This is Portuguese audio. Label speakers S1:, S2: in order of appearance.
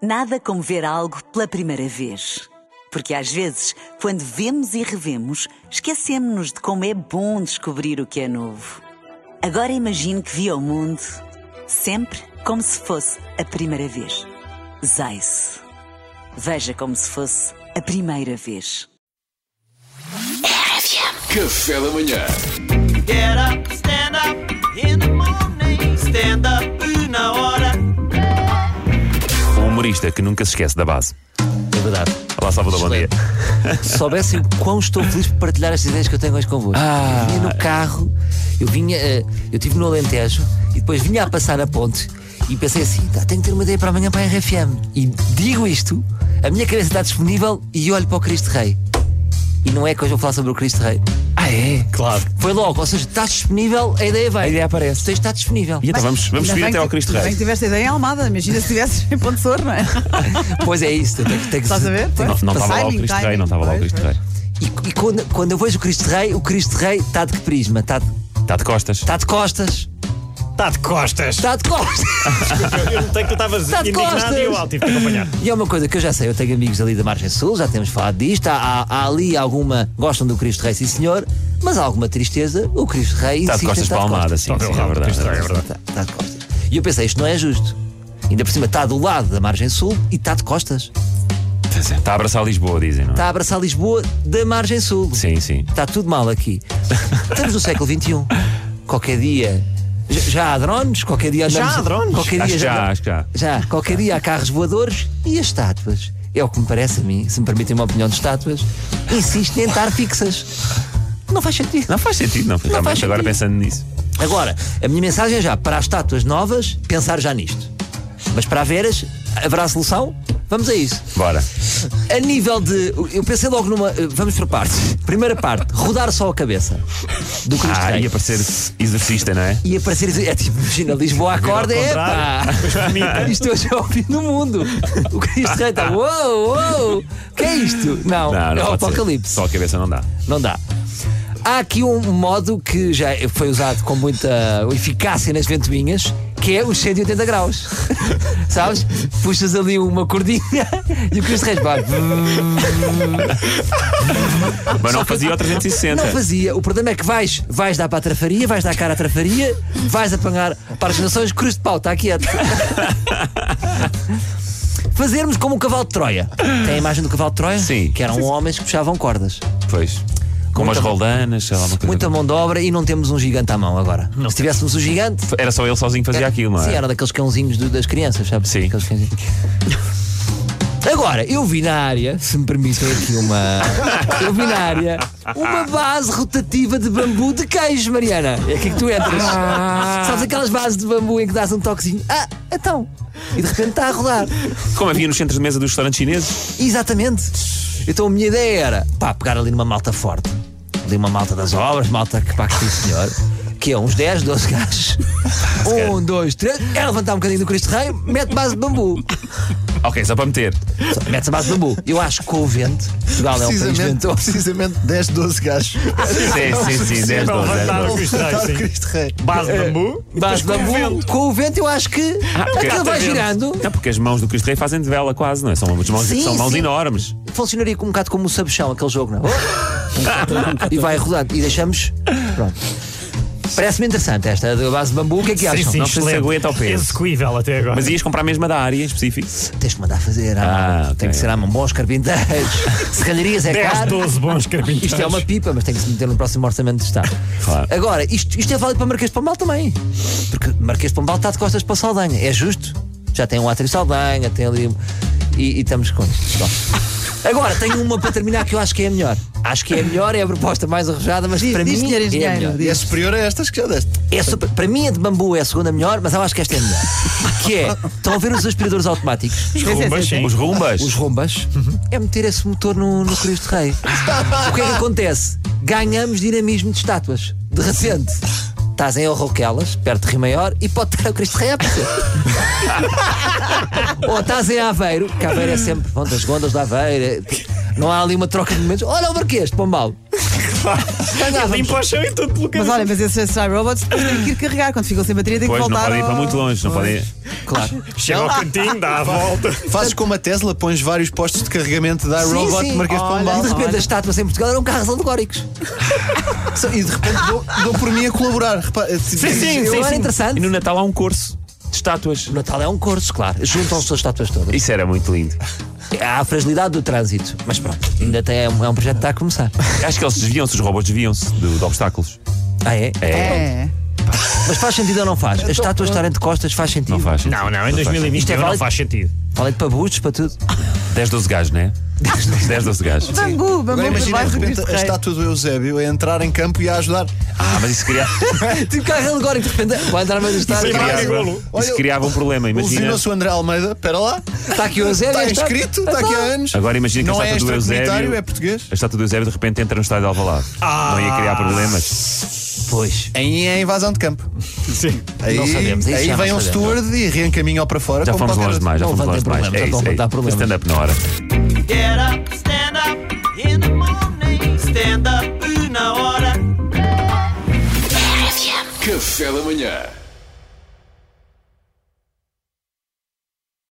S1: Nada como ver algo pela primeira vez. Porque às vezes, quando vemos e revemos, esquecemos-nos de como é bom descobrir o que é novo. Agora imagine que viu o mundo sempre como se fosse a primeira vez. Zais. Veja como se fosse a primeira vez.
S2: Café da manhã.
S3: Get up, stand up in the morning. Stand up na hora.
S4: O Um humorista que nunca se esquece da base.
S5: É verdade.
S4: Olá, Salvador, bom dia.
S5: Se soubessem quão estou feliz por partilhar estas ideias que eu tenho hoje convosco.
S4: Ah.
S5: Eu vinha no carro, eu vinha, eh, eu estive no Alentejo e depois vinha a passar a ponte e pensei assim: "Tá, tenho que ter uma ideia para amanhã para a RFM. E digo isto, a minha cabeça está disponível e olho para o Cristo Rei. E não é que hoje vou falar sobre o Cristo Rei.
S4: Ah, é? Claro.
S5: Foi logo, ou seja, está disponível, a ideia vem.
S4: A ideia aparece.
S5: O texto está disponível.
S4: E então vamos, vamos
S6: Ainda
S4: subir
S6: bem
S4: até
S6: que-
S4: ao Cristo
S6: ainda
S4: Rei.
S6: Bem que tiveste ideia em Almada, imagina se tivesses em Ponte Sor, não é?
S5: Pois é isso, tem, que- tem que
S6: Estás a ver?
S5: tem que-
S4: Não não tá estava lá o
S6: Timing,
S4: Cristo Rei, não
S6: timing.
S4: estava lá o
S6: Pois,
S4: Cristo Rei.
S5: E, e quando, quando eu vejo o Cristo Rei, o Cristo Rei está de que prisma? Está de,
S4: Está Tá de costas.
S5: está Tá de costas.
S7: Está Tá de costas.
S5: Está de costas.
S7: Eu notei que tu estavas
S5: Tá de
S7: indignado
S5: costas.
S7: e eu alto tive que acompanhar.
S5: E é uma coisa que eu já sei, eu tenho amigos ali da Margem Sul, já temos falado disto, há, há- há ali alguma, gostam do Cristo Rei, sim senhor, mas há alguma tristeza, o Cristo Rei
S4: Está
S7: Tá
S4: Tá de
S5: insiste em
S4: costas
S5: estar
S4: para a Almada, sim,
S7: Toca
S4: sim,
S7: o
S4: é
S7: rabo do
S4: verdade.
S7: Cristo Rei, é verdade.
S5: Está, está tá de costas. E eu pensei, isto não é justo. Ainda por cima está do lado da Margem Sul e está de costas.
S4: Está Tá a abraçar Lisboa, dizem, não é?
S5: Está a abraçar Lisboa da Margem Sul.
S4: Sim, sim.
S5: Está tudo mal aqui. Estamos no século XXI. Qualquer dia. Já, já há drones? Qualquer dia andamos,
S7: Já há drones?
S5: Qualquer dia
S4: Acho que já, acho que já.
S5: Já, qualquer dia há carros voadores e as estátuas. É o que me parece a mim, se me permitem uma opinião de estátuas, insistem em estar fixas. Não faz sentido.
S4: Não faz sentido, não. Realmente,
S5: faz
S4: agora
S5: sentido.
S4: pensando nisso.
S5: Agora, a minha mensagem é já para as estátuas novas, pensar já nisto. Mas para a veras, haverá solução? Vamos a isso.
S4: Bora.
S5: A nível de. Eu pensei logo numa. eh, Vamos por partes. Primeira parte, rodar só a cabeça do Cristo
S4: Ah,
S5: Rei.
S4: ia parecer exorcista, não é?
S5: E aparecer. É tipo, imagina, Lisboa acorda, é pá!
S4: é.
S5: Isto é eu já ouvi no mundo! O Cristo Rei está. Uou, uou! O que é isto? Não,
S4: Não, não
S5: é o
S4: pode ser.
S5: apocalipse.
S4: Só a cabeça não dá.
S5: Não dá. Há aqui um modo que já foi usado com muita eficácia nas ventoinhas, que é os 180 graus. Sabes? Puxas ali uma cordinha e o Cristo Rei vai.
S4: Mas não fazia o 360.
S5: Não fazia. O problema é que vais, vais dar para a trafaria, vais dar cara à trafaria, vais apanhar para as nações, cruz de pau, está quieto. Fazermos como o cavalo de Troia. Tem a imagem do cavalo de Troia?
S4: Sim.
S5: Que eram homens que puxavam cordas.
S4: Pois. é. Com umas
S5: Muita-
S4: roldanas, sei lá, uma coisa.
S5: Muita mão de obra e não temos um gigante à mão agora. Se tivéssemos um gigante.
S4: Era só ele sozinho que fazia aquilo, não é?
S5: Sim, era daqueles cãozinhos do- das crianças, sabe?
S4: Sim.
S5: Aqueles cãozinhos. Agora, eu vi na área, se me permitem aqui uma. Eu vi na área uma base rotativa de bambu de queijo, Mariana. É aqui que tu entras.
S4: Ah.
S5: Sabes aquelas bases de bambu em que dás um toquezinho? Ah, então. E de repente está a rodar.
S4: Como havia nos centros de mesa dos restaurantes chineses.
S5: Exatamente. Então a minha ideia era pá, pegar ali numa malta forte. Ali uma malta das obras, malta que pá, que sim senhor. Que é uns 10, 12 gajos. um, dois, três. É levantar um bocadinho do Cristo Rei, mete base de bambu.
S4: Ok, só para meter.
S5: Só Mete-se a base de bambu. Eu acho que com o vento, Portugal é um país
S8: Precisamente,
S5: ventoso.
S8: precisamente 10, 12 gajos.
S4: Sim, sim, sim. 10,
S7: Para
S4: 12, 10,
S7: levantar o
S4: 12.
S7: Cristo Rei,
S8: Está o
S7: sim.
S8: Cristo Rei.
S7: Base de bambu.
S5: Base de
S7: Depois com o
S5: bambu,
S7: vento. Ah,
S5: com o vento eu acho que
S4: porque
S5: aquilo vai
S4: exatamente.
S5: girando.
S4: Não, porque as mãos do Cristo Rei fazem de vela quase, não é? São umas mãos,
S5: Sim,
S4: são mãos
S5: sim.
S4: enormes.
S5: Funcionaria com um bocado como o sabichão, aquele jogo, não é? e vai rodando. E deixamos. Pronto. Parece-me interessante esta da base de bambu. O que é que acham?
S7: Sim, sim,
S4: Não sei se
S7: excelente.
S4: aguenta o peso.
S7: Execuível até agora.
S4: Mas ias comprar a mesma da área em específico.
S5: Tens que mandar fazer.
S4: Ah,
S5: Ah,
S4: ok.
S5: Tem que ser à mão bons carpinteiros. Serralharias é
S7: 10,
S5: caro.
S7: 12 bons carpinteiros.
S5: Isto é uma pipa, mas tem que se meter no próximo orçamento de Estado.
S4: Claro.
S5: Agora, isto, isto é válido para Marquês de Pombal também. Porque Marquês de Pombal está de costas para Saldanha. É justo. Já tem um atriz Saldanha, tem ali. um- E, e estamos com isto. Bom. Agora, tenho uma para terminar que eu acho que é a melhor. Acho que é a melhor, é a proposta mais arrojada, mas
S6: Diz-
S5: para
S6: diz,
S5: mim
S6: senhor
S5: é a
S6: engenheiro,
S5: melhor.
S6: diz.
S8: E é superior a estas que já deste.
S5: É super- para mim, a de bambu é a segunda melhor, mas eu acho que esta é a melhor. Que é, estão a ver os aspiradores automáticos?
S7: Os rumbas, sim.
S4: Os rumbas.
S5: os rombas,
S8: Uhum.
S5: é meter esse motor no, no Cristo Rei. o que é que acontece? Ganhamos dinamismo de estátuas. De repente, estás em Horroquelas, perto de Rio Maior, e pode estar o Cristo Rei a aparecer. Ou estás em Aveiro, que Aveiro é sempre, pronto, as gondas da Aveiro, é- não há ali uma troca de momentos. Olha o Marquês, de Pombal. Andávamos.
S7: Limpa o chão e tudo pelo
S6: Mas
S7: canto.
S6: olha, mas esses iRobots depois têm que ir carregar. Quando ficam sem bateria, têm que
S4: Pois, não
S6: voltar.
S4: podem ir
S6: ao-
S4: para muito longe, não podem.
S5: Claro.
S7: Chega ao cantinho, dá a volta.
S8: Fazes como a Tesla, pões vários postos de carregamento da
S5: Sim,
S8: iRobot,
S5: sim.
S8: Marquês de
S6: Olha.
S5: E de
S8: Pombal. é?
S5: repente as estátuas em Portugal eram carros alegóricos.
S8: Oh. E de repente dou, dou por mim a colaborar. Repa- tipo,
S7: Sim, sim,
S5: Eu
S7: sim,
S5: era
S7: sim.
S5: interessante.
S4: E no Natal há um curso de estátuas.
S5: O Natal é um corso, claro. Juntam-se as estátuas todas.
S4: Isso era muito lindo.
S5: Há a fragilidade do trânsito. Mas pronto, ainda tem, é, um, é um projeto que está a começar.
S4: Acho que eles desviam-se, os robôs desviam-se do- de obstáculos.
S5: Ah, é?
S6: É.
S5: Mas faz sentido ou não faz? As estátuas estarem de costas faz sentido.
S4: Não faz.
S7: Não, não, em
S4: faz.
S7: 2021 não
S5: válido?
S7: faz sentido.
S5: Falei de para bustos, para tudo.
S4: 10, 12 gajos, não é? 10, 12 gajos.
S6: Bambu, bambu
S8: Agora
S6: por
S8: imagina de
S6: baixo do
S8: repente
S6: Cristo
S8: a
S6: Rei.
S8: estátua do Eusébio a entrar em campo e a ajudar.
S4: Ah, mas isso criava,
S5: tipo carro alegórico, de repente vai andar mais estar.
S7: Sim,
S8: Olha,
S7: criava,
S8: olha,
S4: isso criava um problema, imagina.
S8: Lesionou-se o André Almeida, espera lá.
S5: Está Então. aqui o Eusébio.
S8: Está
S5: a estátua.
S8: inscrito, está aqui há anos.
S4: Agora imagina que
S8: Não
S4: a
S8: é
S4: estátua do
S8: extracomunitário,
S4: Eusébio.
S8: é português.
S4: A estátua do Eusébio de repente entra no estádio de Alvalade. Não ia criar problemas.
S5: Pois.
S8: Aí é invasão de campo.
S7: Sim.
S8: Aí,
S5: Não sabemos, isso
S8: aí
S5: já não
S8: vem um
S5: sabemos.
S8: steward e reencaminha-o para fora.
S4: Já
S8: como
S4: fomos
S8: qualquer
S4: longe
S8: outro.
S4: demais, já
S5: não
S4: fomos longe
S5: levantem
S4: demais.
S5: problemas,
S4: É
S5: não
S4: isso,
S5: vão
S4: é
S5: levantar
S4: isso.
S5: problemas.
S4: Stand-up na hora.
S3: Get up, stand up in the morning, stand up una hora.
S2: Café da manhã.